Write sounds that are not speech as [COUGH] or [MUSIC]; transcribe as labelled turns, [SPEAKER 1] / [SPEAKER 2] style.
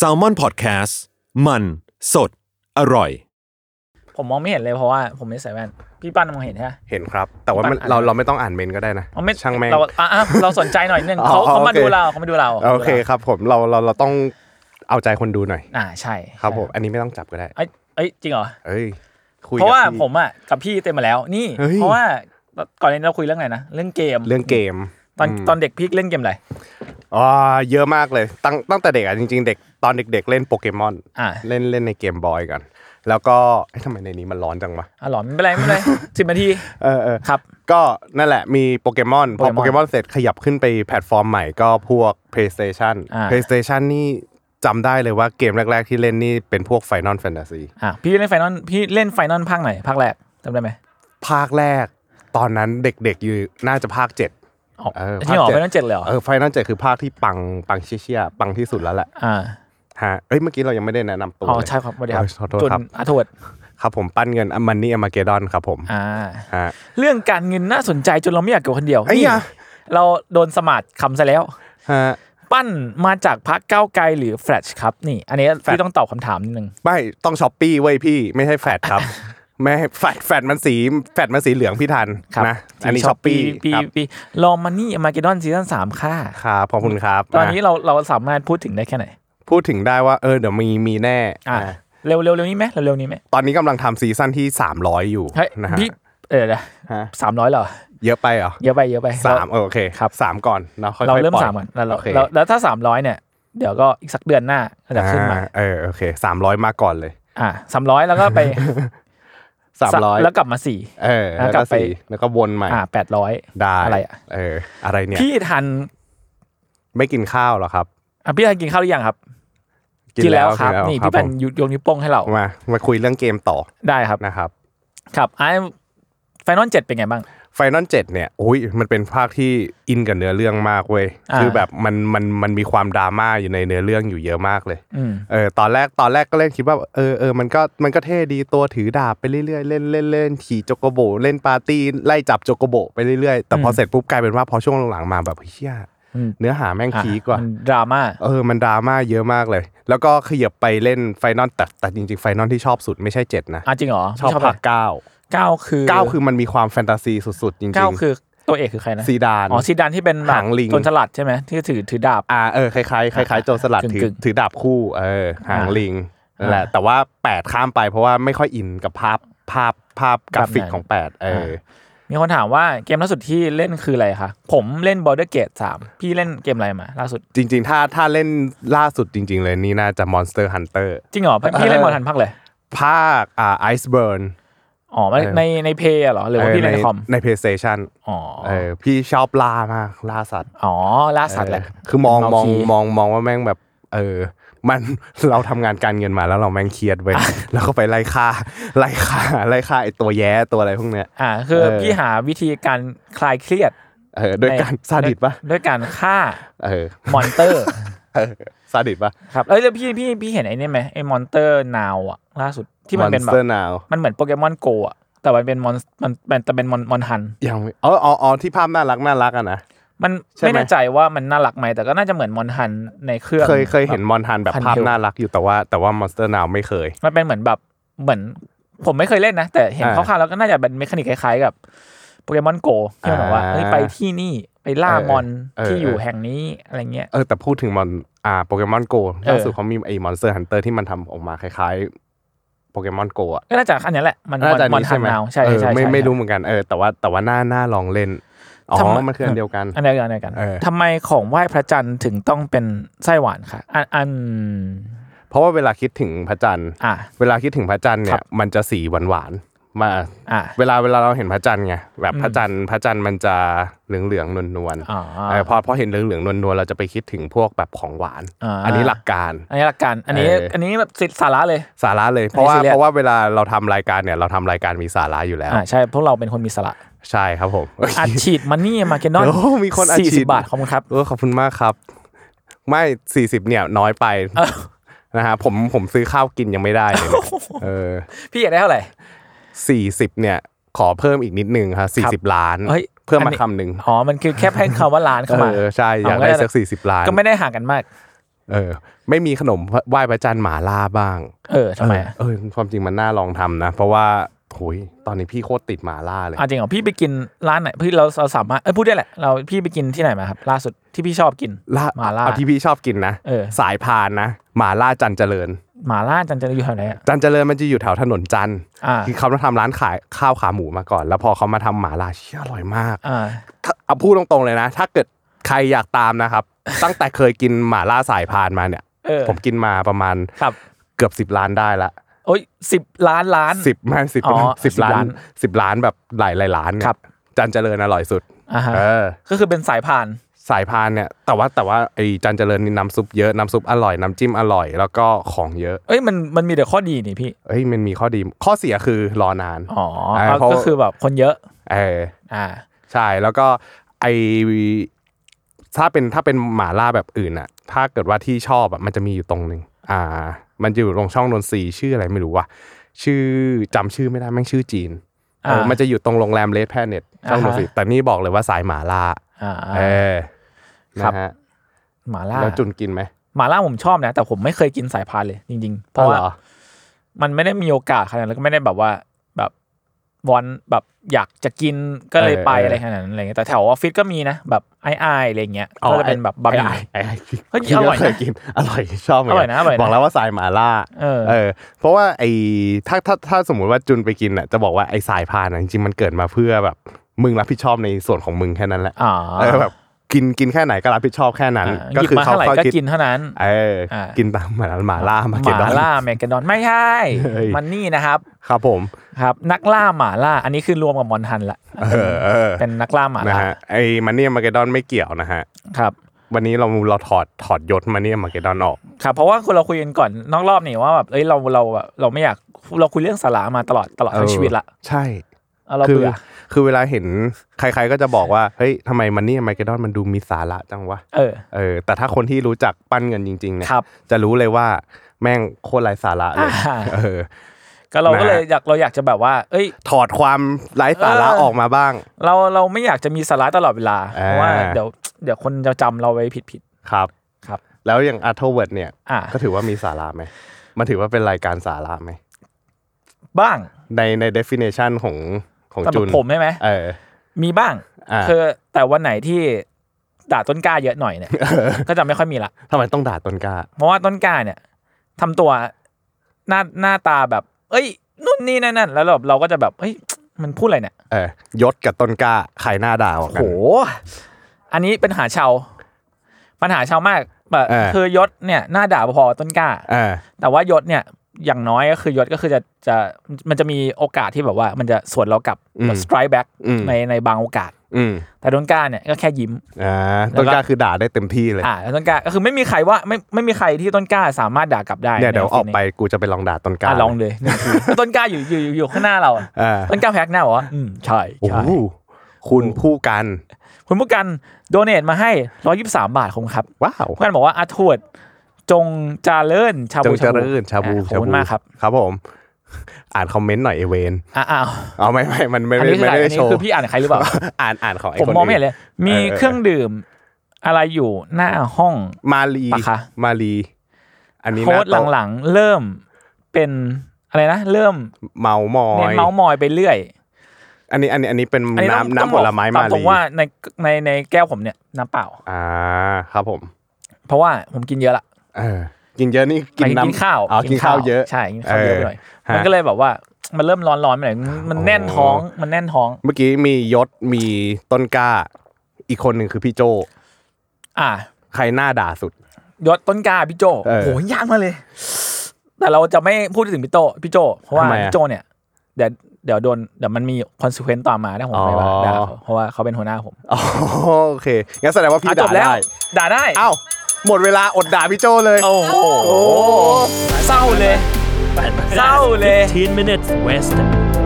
[SPEAKER 1] s a l ม o n PODCAST มันสดอร่อย
[SPEAKER 2] ผมมองไม่เห็นเลยเพราะว่าผมไม่ใส่แว่น พี่ปั้นมองเห็นใช่ไหม
[SPEAKER 3] เห็นครับ แต่ว่ามัน
[SPEAKER 2] ปัดอัน
[SPEAKER 3] เราเราไม่ต้องอ่านเมนก็ได้นะ
[SPEAKER 2] เอาไม่
[SPEAKER 3] ช่างแม่ง
[SPEAKER 2] เราอ่ะอ่ะเราสนใจหน่อยนึง
[SPEAKER 3] อ๋อ
[SPEAKER 2] เขาเขามา
[SPEAKER 3] โอเค
[SPEAKER 2] ดูเราเขามาดูเรา
[SPEAKER 3] โอเคครับผมเราเราเราต้องเอาใจคนดูหน่อย
[SPEAKER 2] อ่าใช่
[SPEAKER 3] ครับผม อันนี้ไม่ต้องจับก็ได้
[SPEAKER 2] เอ้ยเอ้ยจริงเหรอ
[SPEAKER 3] เอ้ยคุย
[SPEAKER 2] เพราะว่า
[SPEAKER 3] กับพี่
[SPEAKER 2] ผมอ่ะกับพี่เต็มมาแล้ว นี่
[SPEAKER 3] เฮ้ย
[SPEAKER 2] เพราะว่าก่อนหนานี้เราคุยเรื่องอะไรนะเรื่องเกม
[SPEAKER 3] เรื่องเกม
[SPEAKER 2] ตอน
[SPEAKER 3] ม
[SPEAKER 2] ตอนเด็กพี่เล่นเกมอะไร
[SPEAKER 3] อ๋อเยอะมากเลย ตั้งตั้งแต่เด็กอ่ะจริงๆ เด็กตอนเด็กๆ เล่นโปเกมอน
[SPEAKER 2] อ่า
[SPEAKER 3] เล่นเล่นในเกมบอยกัน แล้วก็เอ้ยทำไมในนี้มันร้อนจังวะ
[SPEAKER 2] อ่ะหรอไม่เป็นไรไม่เป็นไร [LAUGHS] สิบนาที
[SPEAKER 3] เออเออ
[SPEAKER 2] ครับ
[SPEAKER 3] ก็นั่นแหละมีโปเกมอน พอ
[SPEAKER 2] โปเกมอน
[SPEAKER 3] โปเกมอนเสร็จขยับขึ้นไปแพลตฟอร์มใหม่ก็พวก PlayStation
[SPEAKER 2] อ่า
[SPEAKER 3] PlayStation นี่จำได้เลยว่าเกมแรก ๆ ที่เล่นนี่เป็นพวก Final Fantasy
[SPEAKER 2] อ่ะพี่เล่นไฟนอลพี่เล่นไฟนอลภาคไหนภาคแรกจำได้ไหม
[SPEAKER 3] ภาคแรก ตอนนั้นเด็กๆอยู่น่าจะภาคเจ็ด
[SPEAKER 2] ออก
[SPEAKER 3] เออ
[SPEAKER 2] ที่หรอ
[SPEAKER 3] ภาคเจ็
[SPEAKER 2] ไฟ
[SPEAKER 3] ด
[SPEAKER 2] นอลเจ็ดเลยเหรอ
[SPEAKER 3] เออไฟนั่นเจ็ดคือภาคที่ปังปังเชี่ยๆปังที่สุดแล้วแหละ
[SPEAKER 2] อ่า
[SPEAKER 3] ฮะเอ้ยเมื่อกี้เรายังไม่ได้แนะนำตัว
[SPEAKER 2] อ๋อ
[SPEAKER 3] เลย
[SPEAKER 2] ใช่ครับสวัสดีครับ
[SPEAKER 3] เออขอโทษ
[SPEAKER 2] จุน
[SPEAKER 3] ครับ
[SPEAKER 2] อาโทษ
[SPEAKER 3] ครับผมปั้นเงินอมันนี่อมาเกดอนครับผม
[SPEAKER 2] อ่า
[SPEAKER 3] ฮะ
[SPEAKER 2] เรื่องการเงินน่าสนใจจนเราไม่อยากเกี่ยวคนเดียว
[SPEAKER 3] ไอ้
[SPEAKER 2] นี่
[SPEAKER 3] ยะ
[SPEAKER 2] เราโดนสมาร์ทคำซะแล้ว
[SPEAKER 3] ฮะ
[SPEAKER 2] ปั้นมาจากพักเก้าวไกลหรือแฟลชครับนี่ อันนี้พี่ต้องตอบคำถามนิดนึง
[SPEAKER 3] ไม่ต้องช้อปปี้ไว้ยพี่ไม่ใช่แฟดครับ [LAUGHS] ไม่ให้แฟดแฟดมันสีแฟดมันสีเหลืองพี่ทัน
[SPEAKER 2] ครับ
[SPEAKER 3] นะอันนี้
[SPEAKER 2] ที่
[SPEAKER 3] ช้อปปี้
[SPEAKER 2] Shopee ปี
[SPEAKER 3] ครับ
[SPEAKER 2] ปีลอมันนี่มาเกดอนซีซั่นสามค่ะ
[SPEAKER 3] ครับขอบคุณครับ
[SPEAKER 2] ตอนนี้
[SPEAKER 3] ะ
[SPEAKER 2] เราเราสามารถพูดถึงได้แค่ไหน
[SPEAKER 3] พูดถึงได้ว่าเออเดี๋ยวมีมีแน่
[SPEAKER 2] อ่า
[SPEAKER 3] อ่ะ
[SPEAKER 2] เร็วเร็วเร็วนี้ไหมเร็วเร็วนี้ไหม
[SPEAKER 3] ตอนนี้กำลังทำซีซั่นที่ 300 อยู่
[SPEAKER 2] เฮ้ย
[SPEAKER 3] นะฮะ
[SPEAKER 2] พี่เออ
[SPEAKER 3] ฮะ
[SPEAKER 2] สามร้อยเหรอ
[SPEAKER 3] เยอะไปเหรอ
[SPEAKER 2] เยอะไปเยอะไป
[SPEAKER 3] สามเออโอเค
[SPEAKER 2] ครับ
[SPEAKER 3] สามก่อนเนาะค่อยๆ
[SPEAKER 2] เราเริ่ม
[SPEAKER 3] ปล่อย
[SPEAKER 2] สามก่อนแล้วเรา
[SPEAKER 3] โอเค
[SPEAKER 2] แล้วแล้วถ้าสามร้อยเนี่ย เดี๋ยวก็อีกสักเดือนหน้าเราจะขึ้นมา
[SPEAKER 3] อ่เออโอเคสามร้อยมาก่อนเลย
[SPEAKER 2] อ่าสามร้อยแล้วก็ไป
[SPEAKER 3] สามร้อย
[SPEAKER 2] แล้วกลับมาสี่
[SPEAKER 3] เออ
[SPEAKER 2] แล้
[SPEAKER 3] แล้ว ว
[SPEAKER 2] กลั
[SPEAKER 3] ก็
[SPEAKER 2] บไป
[SPEAKER 3] สี่แล้วก็วนใหม่
[SPEAKER 2] อ่าแปดร้อย
[SPEAKER 3] ได้
[SPEAKER 2] อะไรอะ
[SPEAKER 3] เอออะไรเนี่ย
[SPEAKER 2] พี่ทัน
[SPEAKER 3] ไม่กินข้าวเหรอครับ
[SPEAKER 2] อ่ะพี่ทันกินข้าวหรือยังครับครับ
[SPEAKER 3] กิ
[SPEAKER 2] นี่พี่เป็น
[SPEAKER 3] ผม
[SPEAKER 2] ยุยงนิ้วโป้งให้เรา
[SPEAKER 3] มามาคุยเรื่องเกมต่อ
[SPEAKER 2] ได้ครับ
[SPEAKER 3] นะครับ
[SPEAKER 2] ครับไอ้ไฟนอลเจ็ดเป็นไงบ้าง
[SPEAKER 3] ไฟนอลเจ็ดเนี่ยโอ้ยมันเป็นภาคที่อินกับเนื้อเรื่องมากเว้ย
[SPEAKER 2] อ่า
[SPEAKER 3] คือแบบมันมันมันมีความดราม่าอยู่ในเนื้อเรื่องอยู่เยอะมากเลย
[SPEAKER 2] อืม
[SPEAKER 3] เออตอนแรกตอนแรกก็เล่นคิดว่าเออเออมันก็มันก็เท่ดีตัวถือดาบไปเรื่อยๆเล่นเล่นเล่นขี่โจโกโบ เล่นปาร์ตี้ไล่จับโจโกโบไปเรื่อยๆแต่พอ
[SPEAKER 2] อืม
[SPEAKER 3] เสร็จปุ๊บกลายเป็นว่าพอช่วงหลังๆมาแบบเฮีย
[SPEAKER 2] อืม
[SPEAKER 3] เนื้อหาแม่ง
[SPEAKER 2] อ่ะ
[SPEAKER 3] พีกว่า
[SPEAKER 2] นดราม่า
[SPEAKER 3] เออมันดราม่าเยอะมากเลย แล้วก็ขยับไปเล่นไฟนอลแต่แต่จริงๆไฟนอลที่ชอบสุดไม่ใช่เจ็ดนะ
[SPEAKER 2] อ่ะจริงเหรอ
[SPEAKER 3] ชอบ
[SPEAKER 2] ไม่
[SPEAKER 3] ภาคเก้า
[SPEAKER 2] เก้าคือ
[SPEAKER 3] เก้าคือมันมีความแฟนตาซีสุดๆ จริง
[SPEAKER 2] เก้า
[SPEAKER 3] ๆ
[SPEAKER 2] คือตัวเอกคือใครนะ
[SPEAKER 3] ซีดาน
[SPEAKER 2] อ๋อซีดานที่เป็นแบบ
[SPEAKER 3] หางลิง
[SPEAKER 2] โจนสลัดใช่ไหมที่ถือถือดาบ
[SPEAKER 3] อ่าเออคล้ายๆคล้ายๆโจรสลัดถือก
[SPEAKER 2] ึ่งๆ
[SPEAKER 3] ถือดาบคู่เออหาง
[SPEAKER 2] อ่า
[SPEAKER 3] ลิงนั่นแหละ
[SPEAKER 2] อ่า
[SPEAKER 3] แต่ว่า 8 ข้ามไปเพราะว่าไม่ค่อยอินกับภาพภาพภาพกราฟิกของ 8 เอออ
[SPEAKER 2] อ่า มีคนถามว่าเกมล่าสุดที่เล่นคืออะไรคะผมเล่น Border Gate 3 พี่เล่นเกมอะไรมา ล่าสุด
[SPEAKER 3] จริง ๆ ถ้าถ้าเล่นล่าสุดจริง ๆ เลยนี่น่าจะ Monster Hunter
[SPEAKER 2] จริงเหรอพี่พี่เล่นมอทันพักเลย
[SPEAKER 3] ภาคอ่า Iceburn
[SPEAKER 2] อ๋อมันในในเพย์เหรอ หรือว่าพี่เล่นในคอม
[SPEAKER 3] ใน PlayStation
[SPEAKER 2] อ๋อ
[SPEAKER 3] เออพี่ชอบล่ามากล่าสัตว์
[SPEAKER 2] อ๋อล่าสัตว์แหละ
[SPEAKER 3] เออคือมองมอง
[SPEAKER 2] เาคี
[SPEAKER 3] มองมองว่าแม่งแบบเออมัน เราทำงานการเงินมาแล้วเราแม่งเครียดเว้ยแล้วก็ไปไล่ฆ่าไล่ฆ่าไล่ฆ่าไอตัวแย้ตัวอะไรพวกเนี้ย
[SPEAKER 2] อ่าคือ
[SPEAKER 3] เออ
[SPEAKER 2] พี่หาวิธีการคลายเครียด
[SPEAKER 3] เออด้วยการ
[SPEAKER 2] ใน
[SPEAKER 3] ซาดิสป่ะ
[SPEAKER 2] ด้วยการฆ่า
[SPEAKER 3] เออ [LAUGHS]
[SPEAKER 2] มอนเตอร์ [LAUGHS]
[SPEAKER 3] เออซาดิสป่ะ
[SPEAKER 2] ครับเอ้ยแล้วพี่พี่พี่เห็นไอ้นี่ไหมไอ้มอนเตอร์นาวอะล่าสุดที่มันเป็นแบ
[SPEAKER 3] เซ
[SPEAKER 2] บ
[SPEAKER 3] อร์นาว
[SPEAKER 2] มันเหมือนโปเกมอนโกอะแต่มันเป็นมอนมันมันแต่เป็นมอนมอนฮัน
[SPEAKER 3] ยังไม่อ๋ออ๋ออ๋อที่ภาพน่ารักน่ารักอะนะ
[SPEAKER 2] มัน
[SPEAKER 3] ใช่ไหม
[SPEAKER 2] ไม่แน่ใจว่ามันน่ารักไหมแต่ก็น่าจะเหมือนมอนฮันในเครื่อง
[SPEAKER 3] เคยเคยเห็นมอนทันแบบภาพน่ารักอยู่แต่ว่าแต่ว่ามอนสเตอร์นาวไม่เคย
[SPEAKER 2] มันเป็นเหมือนแบบเหมือน ผมไม่เคยเล่นนะ แต่เห็น
[SPEAKER 3] อ่า
[SPEAKER 2] คร่าวๆแล้วก็น่าจะเป็นเมคานิกคล้ายๆกับโปเกมอนโกที่มันแบบว่า
[SPEAKER 3] อ่า
[SPEAKER 2] เอ้ยไปที่นี่ไปล่ามอน
[SPEAKER 3] เออเออ
[SPEAKER 2] ที่อยู่แห่งนี้อะไรเงี้ย
[SPEAKER 3] เออแต่พูดถึงมอนอ่าโปเกมอนโก
[SPEAKER 2] เออ
[SPEAKER 3] ล่าสุดเขามีไอ้มอนสเตอร์ฮันเตอร์ที่มันทำออกมาคล้ายๆโปเกมอนโกอะ
[SPEAKER 2] ก็น่าจะอันนี้แหละมัน
[SPEAKER 3] น่าจะ
[SPEAKER 2] มอนฮั
[SPEAKER 3] ใช่
[SPEAKER 2] น
[SPEAKER 3] ไหม
[SPEAKER 2] นาวใช่
[SPEAKER 3] เออ
[SPEAKER 2] ใช่ใช่
[SPEAKER 3] ไม่
[SPEAKER 2] ใช่
[SPEAKER 3] ไม่รู้เหมือนกันเออแต่ว่าแต่ว่าหน้าหน้าลองเล่นอ๋อ
[SPEAKER 2] ทำไม
[SPEAKER 3] มันคืออันเดียวกัน
[SPEAKER 2] อันเดียวกันอันเดียวกัน
[SPEAKER 3] เออ
[SPEAKER 2] ทำไมของไหว้พระจันทร์ถึงต้องเป็นไส้หวานคะอันอัน
[SPEAKER 3] เพราะว่าเวลาคิดถึงพระจันทร์
[SPEAKER 2] อ่ะ
[SPEAKER 3] เวลาคิดถึงพระจันทร์เนี่
[SPEAKER 2] ครั
[SPEAKER 3] ย
[SPEAKER 2] บ
[SPEAKER 3] มันจะสีหวานๆมา
[SPEAKER 2] อ่ะ
[SPEAKER 3] เวลาเวลาเราเห็นพระจันทร์ไงแบบ
[SPEAKER 2] อืม
[SPEAKER 3] พระจันทร์พระจันทร์มันจะเหลืองเหลืองๆนวลนวลๆ
[SPEAKER 2] อ๋อ
[SPEAKER 3] เออพอพอเห็นเหลืองเหลืองๆนวลนวลๆเราจะไปคิดถึงพวกแบบของหวาน
[SPEAKER 2] า
[SPEAKER 3] อันนี้หลักการ
[SPEAKER 2] อันนี้หลักการ อันนี้
[SPEAKER 3] เอออั
[SPEAKER 2] อันนี้แบบสิสาระเลย
[SPEAKER 3] สาระเลย เพราะว่า
[SPEAKER 2] อันนี้ serious
[SPEAKER 3] เพราะว่าเวลาเราทำรายการเนี่ยเราทำรายการมีสาระอยู่แล้ว
[SPEAKER 2] อ่าใช่พวกเราเป็นคนมีสา
[SPEAKER 3] [LAUGHS]
[SPEAKER 2] ระ
[SPEAKER 3] ใช่ครับผม
[SPEAKER 2] อัดฉีดมันนี่มาเกนนอน
[SPEAKER 3] โอ้มีคนอา
[SPEAKER 2] สี่
[SPEAKER 3] ชี
[SPEAKER 2] สิบบาทขอบคุณครับ
[SPEAKER 3] เออขอบคุณมากครับ ไม่สี่สิบเนี่ยน้อยไป
[SPEAKER 2] เออ
[SPEAKER 3] นะฮะผมผมซื้อข้าวกินยังไม่ได้เลยเออ
[SPEAKER 2] พี่อยากได้เท่าไหร่
[SPEAKER 3] สี่สิบเนี่ย ขอเพิ่มอีกนิดนึงครับสี่สิบ40 ล้าน
[SPEAKER 2] เฮ้ย
[SPEAKER 3] เพิ่ม
[SPEAKER 2] อัน
[SPEAKER 3] มา
[SPEAKER 2] นี้
[SPEAKER 3] คำหนึ่ง
[SPEAKER 2] อ๋อมันคือแค่ให้คำว่าล้านเข้ามา
[SPEAKER 3] เออใช่อยากได้สักสี่สิบล้าน
[SPEAKER 2] ก็ไม่ได้ห่างกันมาก
[SPEAKER 3] เออ ไม่มีขนมไหว้พระจันทร์หมาล่าบ้าง
[SPEAKER 2] เออทำไมอะ
[SPEAKER 3] เออเออความจริงมันน่าลองทำนะ เพราะว่าโหยตอนนี้พี่โคตรติดหมาล่าเลย
[SPEAKER 2] อ่ะจริงเหรอพี่ไปกินร้านไหนพี่เราเราสามารถเอ้ยพูดได้แหละเราพี่ไปกินที่ไหนมาครับล่าสุดที่พี่ชอบกิน
[SPEAKER 3] ล่า
[SPEAKER 2] หมาล่า
[SPEAKER 3] เอาที่พี่ชอบกินนะ
[SPEAKER 2] เออ
[SPEAKER 3] สายพานนะ หมาล่าจันเจริญ
[SPEAKER 2] หมาล่าจันจะอยู่แถวไหนอะ
[SPEAKER 3] จันเจริญมันจะอยู่แถวถนนจันทร์
[SPEAKER 2] อ่า
[SPEAKER 3] คือเขามาทำร้านขายข้าวขาหมูมาก่อน แล้วพอเขามาทำหมาล่าเชี่ยอร่อยมาก
[SPEAKER 2] อ่า
[SPEAKER 3] ถ้าเอาพูดตรงๆเลยนะ ถ้าเกิดใครอยากตามนะครับ ตั้งแต่เคยกินหมาล่าสายพานมาเนี่ย
[SPEAKER 2] เออ
[SPEAKER 3] ผมกินมาประมาณ
[SPEAKER 2] ครับ
[SPEAKER 3] เกือบสิบ10 ล้านได้ละ
[SPEAKER 2] โอ้ยสิบล้านล้าน
[SPEAKER 3] สิบไม่สิบ
[SPEAKER 2] อ๋อ
[SPEAKER 3] สิบ
[SPEAKER 2] 10
[SPEAKER 3] ล้า
[SPEAKER 2] ล้าน น
[SPEAKER 3] สิบล้านแบบหลายหลายๆล้านเนี่ย
[SPEAKER 2] ครับ
[SPEAKER 3] จันเจริญอร่อยสุด
[SPEAKER 2] อ่าฮะ
[SPEAKER 3] เออ
[SPEAKER 2] ก็คือเป็นสายผ่าน
[SPEAKER 3] สายพานเนี่ยแต่ว่าแต่ว่าไอ้จันเจริญนี่น้ำซุปเยอะน้ำซุปอร่อยน้ำจิ้มอร่อย แล้วก็ของเยอะ
[SPEAKER 2] เอ้ยมันมันมีแต่ข้อดีนี่พี่
[SPEAKER 3] เอ้ยมันมีข้อดีข้อเสียคือรอนาน
[SPEAKER 2] อ๋อ
[SPEAKER 3] อ่า
[SPEAKER 2] เอา
[SPEAKER 3] เพราะ
[SPEAKER 2] ก็คือแบบคนเยอะ
[SPEAKER 3] เออ
[SPEAKER 2] อ่า
[SPEAKER 3] ใช่แล้วก็ไอถ้าเป็นถ้าเป็นหมาล่าแบบอื่นอะถ้าเกิดว่าที่ชอบอะมันจะมีอยู่ตรงหนึ่งอ่า มันอยู่ตรงช่องนนทรีย์ชื่ออะไรไม่รู้ว่ะชื่อจำชื่อไม่ได้แม่งชื่อจีนเออ
[SPEAKER 2] อ่ามั
[SPEAKER 3] มันจะอยู่ตรงโรงแรมเลดแพเน็ตช่องนนทรีย์
[SPEAKER 2] อ่าฮะ
[SPEAKER 3] แต่นี่บอกเลยว่าสายหมาล่า
[SPEAKER 2] อ่า
[SPEAKER 3] เออ
[SPEAKER 2] ครั
[SPEAKER 3] นะ
[SPEAKER 2] บ
[SPEAKER 3] ฮะ
[SPEAKER 2] หมาล่า
[SPEAKER 3] แล้วจุนกินไหม
[SPEAKER 2] หมาล่าผมชอบนะ แต่ผมไม่เคยกินสายพานเลยจริงๆ เพราะว่า
[SPEAKER 3] อ๋อหอ
[SPEAKER 2] มันไม่ได้มีโอกาสขนาดนั้นแล้วก็ไม่ได้แบบว่าแบบวันแบบอยากจะกินก็เลยไป
[SPEAKER 3] เออเอออ
[SPEAKER 2] อะไรขนาดนั้นอะไรเงี้ยแต่แถวออฟฟิศก็มีนะ แบบไอไออะไรเงี้ยก็จะเป็นแบบบะหมี่
[SPEAKER 3] ไอ้ไอ้ที่
[SPEAKER 2] เฮ้ย
[SPEAKER 3] ที่
[SPEAKER 2] อร่อยนะ
[SPEAKER 3] เคยกิน อร่อยชอบเหมือนกั
[SPEAKER 2] อร่อยนะอร่อยนะ
[SPEAKER 3] บอกแล้วว่าสายหมาล่า
[SPEAKER 2] เออ
[SPEAKER 3] เออ เพราะว่าไอ้ถ้าถ้าถ้าสมมุติว่าจุนไปกินอ่ะจะบอกว่าไอ้สายพานอ่ะจริงๆมันเกิดมาเพื่อแบบ มึงรับผิดชอบในส่วนของมึงแค่นั้นแหละ
[SPEAKER 2] อ๋อ
[SPEAKER 3] เออแบบกินกินแค่ไหนก็รับผิดชอบแค่นั้น
[SPEAKER 2] อ่าห
[SPEAKER 3] ก็
[SPEAKER 2] ยิบ
[SPEAKER 3] คือ
[SPEAKER 2] มา
[SPEAKER 3] เขา
[SPEAKER 2] เท่าไหร่
[SPEAKER 3] เขา
[SPEAKER 2] ก็
[SPEAKER 3] คิด
[SPEAKER 2] กินเท่านั้น
[SPEAKER 3] เอออา กินตามเหมือนหมาล่ามา
[SPEAKER 2] ห
[SPEAKER 3] เก็ต
[SPEAKER 2] มา
[SPEAKER 3] ดอน
[SPEAKER 2] ล่าแมกกาดอนไม่ใช่
[SPEAKER 3] เฮ้ย
[SPEAKER 2] มันนี่นะครับ
[SPEAKER 3] ครับผม
[SPEAKER 2] ครับ นักล่าหมาล่า อันนี้คือรวมกับมอนทันละ
[SPEAKER 3] เออเออ
[SPEAKER 2] เป็นนักล่าหมา
[SPEAKER 3] นะ
[SPEAKER 2] ล่า
[SPEAKER 3] ฮะไอ้มันเนี่ยมาเก็ตดอนไม่เกี่ยวนะฮะ
[SPEAKER 2] ครับ
[SPEAKER 3] วันนี้เราเราถอดถอดยศมาเนี่ยมาเก็ตดอนออก
[SPEAKER 2] ครับเพราะว่าคนเราคุยกันก่อนนอกรอบนี่ว่าแบบเอ้ยเราเราแบบเราไม่อยากเราคุยเรื่องสาระมาตลอดตลอดทั้ง
[SPEAKER 3] เออ
[SPEAKER 2] ชีวิตละ
[SPEAKER 3] ใช่
[SPEAKER 2] เอาเรา
[SPEAKER 3] คือ
[SPEAKER 2] เบื่อ
[SPEAKER 3] คือเวลาเห็นใครๆก็จะบอกว่า เฮ้ยทำไมมันนี่ไมเคิลดอนมันดูมีสาระจังวะ
[SPEAKER 2] เออ
[SPEAKER 3] เออแต่ถ้าคนที่รู้จักปั้นเงินจริงๆเนี่ย
[SPEAKER 2] ครับ
[SPEAKER 3] จะรู้เลยว่าแม่งโคตรไรสาระเลย
[SPEAKER 2] อ่า
[SPEAKER 3] เออ
[SPEAKER 2] ก็เราก็
[SPEAKER 3] นะฮะ
[SPEAKER 2] เลยอยากเราอยากจะแบบว่า เอ้ย
[SPEAKER 3] ถอดความไร้สาระ
[SPEAKER 2] เออ
[SPEAKER 3] ออกมาบ้าง
[SPEAKER 2] เราเราไม่อยากจะมีสาระตลอดเวลา
[SPEAKER 3] อ่า
[SPEAKER 2] เพราะว่าเดี๋ยวเดี๋ยวคนจะจำเราไว้ผิดผิด
[SPEAKER 3] ครับ
[SPEAKER 2] ครับ
[SPEAKER 3] แล้วอย่างอาร์ทเวิร์ดเนี่ย
[SPEAKER 2] อ่า
[SPEAKER 3] ก็ถือว่ามีสาระไหมมันถือว่าเป็นรายการสาระไหม
[SPEAKER 2] บ้าง
[SPEAKER 3] ในใน definition ของของ
[SPEAKER 2] สำห
[SPEAKER 3] จุ
[SPEAKER 2] รับ
[SPEAKER 3] น
[SPEAKER 2] ผมใช่ไหม
[SPEAKER 3] เออ
[SPEAKER 2] มีบ้าง
[SPEAKER 3] อ่า
[SPEAKER 2] คือแต่วันไหนที่ด่าต้นกล้าเยอะหน่อยเนี่ยก็จะไม่ค่อยมีละ
[SPEAKER 3] ทำไมต้องด่าต้นกล้า
[SPEAKER 2] เพราะว่าต้นกล้าเนี่ยทำตัวหน้าหน้าตาแบบ เอ้ยนู่นนี่นั่นนั่นแล้วแบบเราก็จะแบบเอ้ยมันพูดอะไรเนี่ย
[SPEAKER 3] เออยศกับต้นกล้าใครหน้าด่ากว่า
[SPEAKER 2] โอ้
[SPEAKER 3] กัน
[SPEAKER 2] โห อันนี้ปัญหาชาวปัญหาชาวมากแบบ
[SPEAKER 3] เออ
[SPEAKER 2] คือยศเนี่ยหน้าด่าพอๆต้นกล้า
[SPEAKER 3] เออ
[SPEAKER 2] แต่ว่ายศเนี่ยอย่างน้อยก็คือยศก็คือจะจะมันจะมีโอกาสที่แบบว่า มันจะสวนเรากลับสไตร์แบ็ก
[SPEAKER 3] อืม
[SPEAKER 2] ในในบางโอกาส
[SPEAKER 3] อืม
[SPEAKER 2] แต่ต้นกล้าเนี่ยก็แค่ยิ้ม
[SPEAKER 3] อ่า
[SPEAKER 2] แล้วก็
[SPEAKER 3] ต้นกล้าคือด่าได้เต็มที่เลย
[SPEAKER 2] อ่าแล้วต้นกล้าก็คือไม่มีใครว่าไม่ไม่มีใครที่ต้นกล้าสามารถด่ากลับได้
[SPEAKER 3] เนี่ยเดี๋ยว
[SPEAKER 2] ใน
[SPEAKER 3] อ
[SPEAKER 2] ฟิศ
[SPEAKER 3] อก
[SPEAKER 2] นี้
[SPEAKER 3] ไปกูจะไปลองด่าต้นกล้า
[SPEAKER 2] อ่ะลองเลยห [LAUGHS] นึ่งทีต้นกล้าอยู่อยู่อยู่อยู่ข้างหน้าเราอ่ะ
[SPEAKER 3] อ่า
[SPEAKER 2] ต้นกล้าแพยักหน้าบอกว่าอืมใช่
[SPEAKER 3] โอ้
[SPEAKER 2] ใช่
[SPEAKER 3] โหคุณผู้กัน
[SPEAKER 2] คุณผู้กันโดเนทมาให้ร้อยิบสามบาทคงครับ
[SPEAKER 3] ว้าว
[SPEAKER 2] เพื่อนบอกว่าอาทวดจงเจาเลิญชา
[SPEAKER 3] จ
[SPEAKER 2] บู
[SPEAKER 3] งเจริญชาบู
[SPEAKER 2] อ่ะขอ
[SPEAKER 3] ชา
[SPEAKER 2] บคุ
[SPEAKER 3] บู
[SPEAKER 2] ณมากครับ
[SPEAKER 3] ครับผม อ่านคอมเมนต์หน่อยเอเวน
[SPEAKER 2] อะอ้าว
[SPEAKER 3] เอาไม่ไม่มันไม่
[SPEAKER 2] อัน
[SPEAKER 3] ได้
[SPEAKER 2] นี้คือ
[SPEAKER 3] ไม่
[SPEAKER 2] อะไรอั
[SPEAKER 3] ได้
[SPEAKER 2] น
[SPEAKER 3] โช
[SPEAKER 2] นี้
[SPEAKER 3] ว์
[SPEAKER 2] คือพี่อ่านใครหรือเปล่า
[SPEAKER 3] อ่านอ่านของไอ้
[SPEAKER 2] ผม
[SPEAKER 3] คน
[SPEAKER 2] มองไม่เห็น
[SPEAKER 3] นี้
[SPEAKER 2] เลย มี
[SPEAKER 3] เออเออ
[SPEAKER 2] เครื่องดื่มอะไรอยู่หน้าห้อง
[SPEAKER 3] มาลี
[SPEAKER 2] ปะคะ
[SPEAKER 3] มาลีอันนี้
[SPEAKER 2] โค้ด
[SPEAKER 3] หน้าตา
[SPEAKER 2] หลังๆ เริ่มเป็นอะไรนะ เริ่ม
[SPEAKER 3] เมามอ
[SPEAKER 2] เน้น
[SPEAKER 3] ย
[SPEAKER 2] เมาส์มอยไปเรื่อย
[SPEAKER 3] อันนี้อันนี้อันนี้เป็น
[SPEAKER 2] อันนี้ต้อง
[SPEAKER 3] น้ำ
[SPEAKER 2] ต้อง
[SPEAKER 3] น้ำผ
[SPEAKER 2] บอก
[SPEAKER 3] ลไม้
[SPEAKER 2] ต
[SPEAKER 3] มา
[SPEAKER 2] ผ
[SPEAKER 3] ลี
[SPEAKER 2] มว่าในในในแก้วผมเนี่ยน้ำเปล่า
[SPEAKER 3] อ่าครับผม
[SPEAKER 2] เพราะว่าผมกินเยอะละ
[SPEAKER 3] เออ กินเยอะนี่กิ
[SPEAKER 2] ไป
[SPEAKER 3] น
[SPEAKER 2] กิ
[SPEAKER 3] น้ำ
[SPEAKER 2] นข้าว
[SPEAKER 3] อ๋อกินข้าวเยอะ
[SPEAKER 2] ใช่กินข้าวเยอะไปหน่อย
[SPEAKER 3] ฮะ
[SPEAKER 2] มันก็เลยแบบว่ามันเริ่มร้อนๆไปหน่อยมันแน่นท้องมันแน่นท้อง
[SPEAKER 3] เมื่อกี้มียศมีต้นกล้า อีกคนหนึ่งคือพี่โจ
[SPEAKER 2] อ่า
[SPEAKER 3] ใครหน้าด่าสุด
[SPEAKER 2] ยศต้นกล้าพี่โจ
[SPEAKER 3] เออ
[SPEAKER 2] โหยากมากเลย แต่เราจะไม่พูดถึงพี่โจพี่โจเพราะว่า
[SPEAKER 3] ทำไมอะ
[SPEAKER 2] พี่โจเนี่ยเดี๋ยวเดี๋ยวโดนเดี๋ยวมันมีคอนซ e เควนต์ต่อมาถ้าผมไปว่า
[SPEAKER 3] อ๋อ
[SPEAKER 2] ด่าเขาเพราะว่าเขาเป็นหัวหน้าผม
[SPEAKER 3] อ๋อโอเค งั้นแสดงว่าพี่
[SPEAKER 2] อ่ะจ
[SPEAKER 3] ด่า
[SPEAKER 2] บแล้ว
[SPEAKER 3] ได้
[SPEAKER 2] ด่าได้
[SPEAKER 3] อ้าวหมดเวลาอดด่าพี่โจเลย
[SPEAKER 2] โอ้โห
[SPEAKER 3] โอ้
[SPEAKER 2] เศร้าเลย เศร้าเลย
[SPEAKER 4] 15 minutes west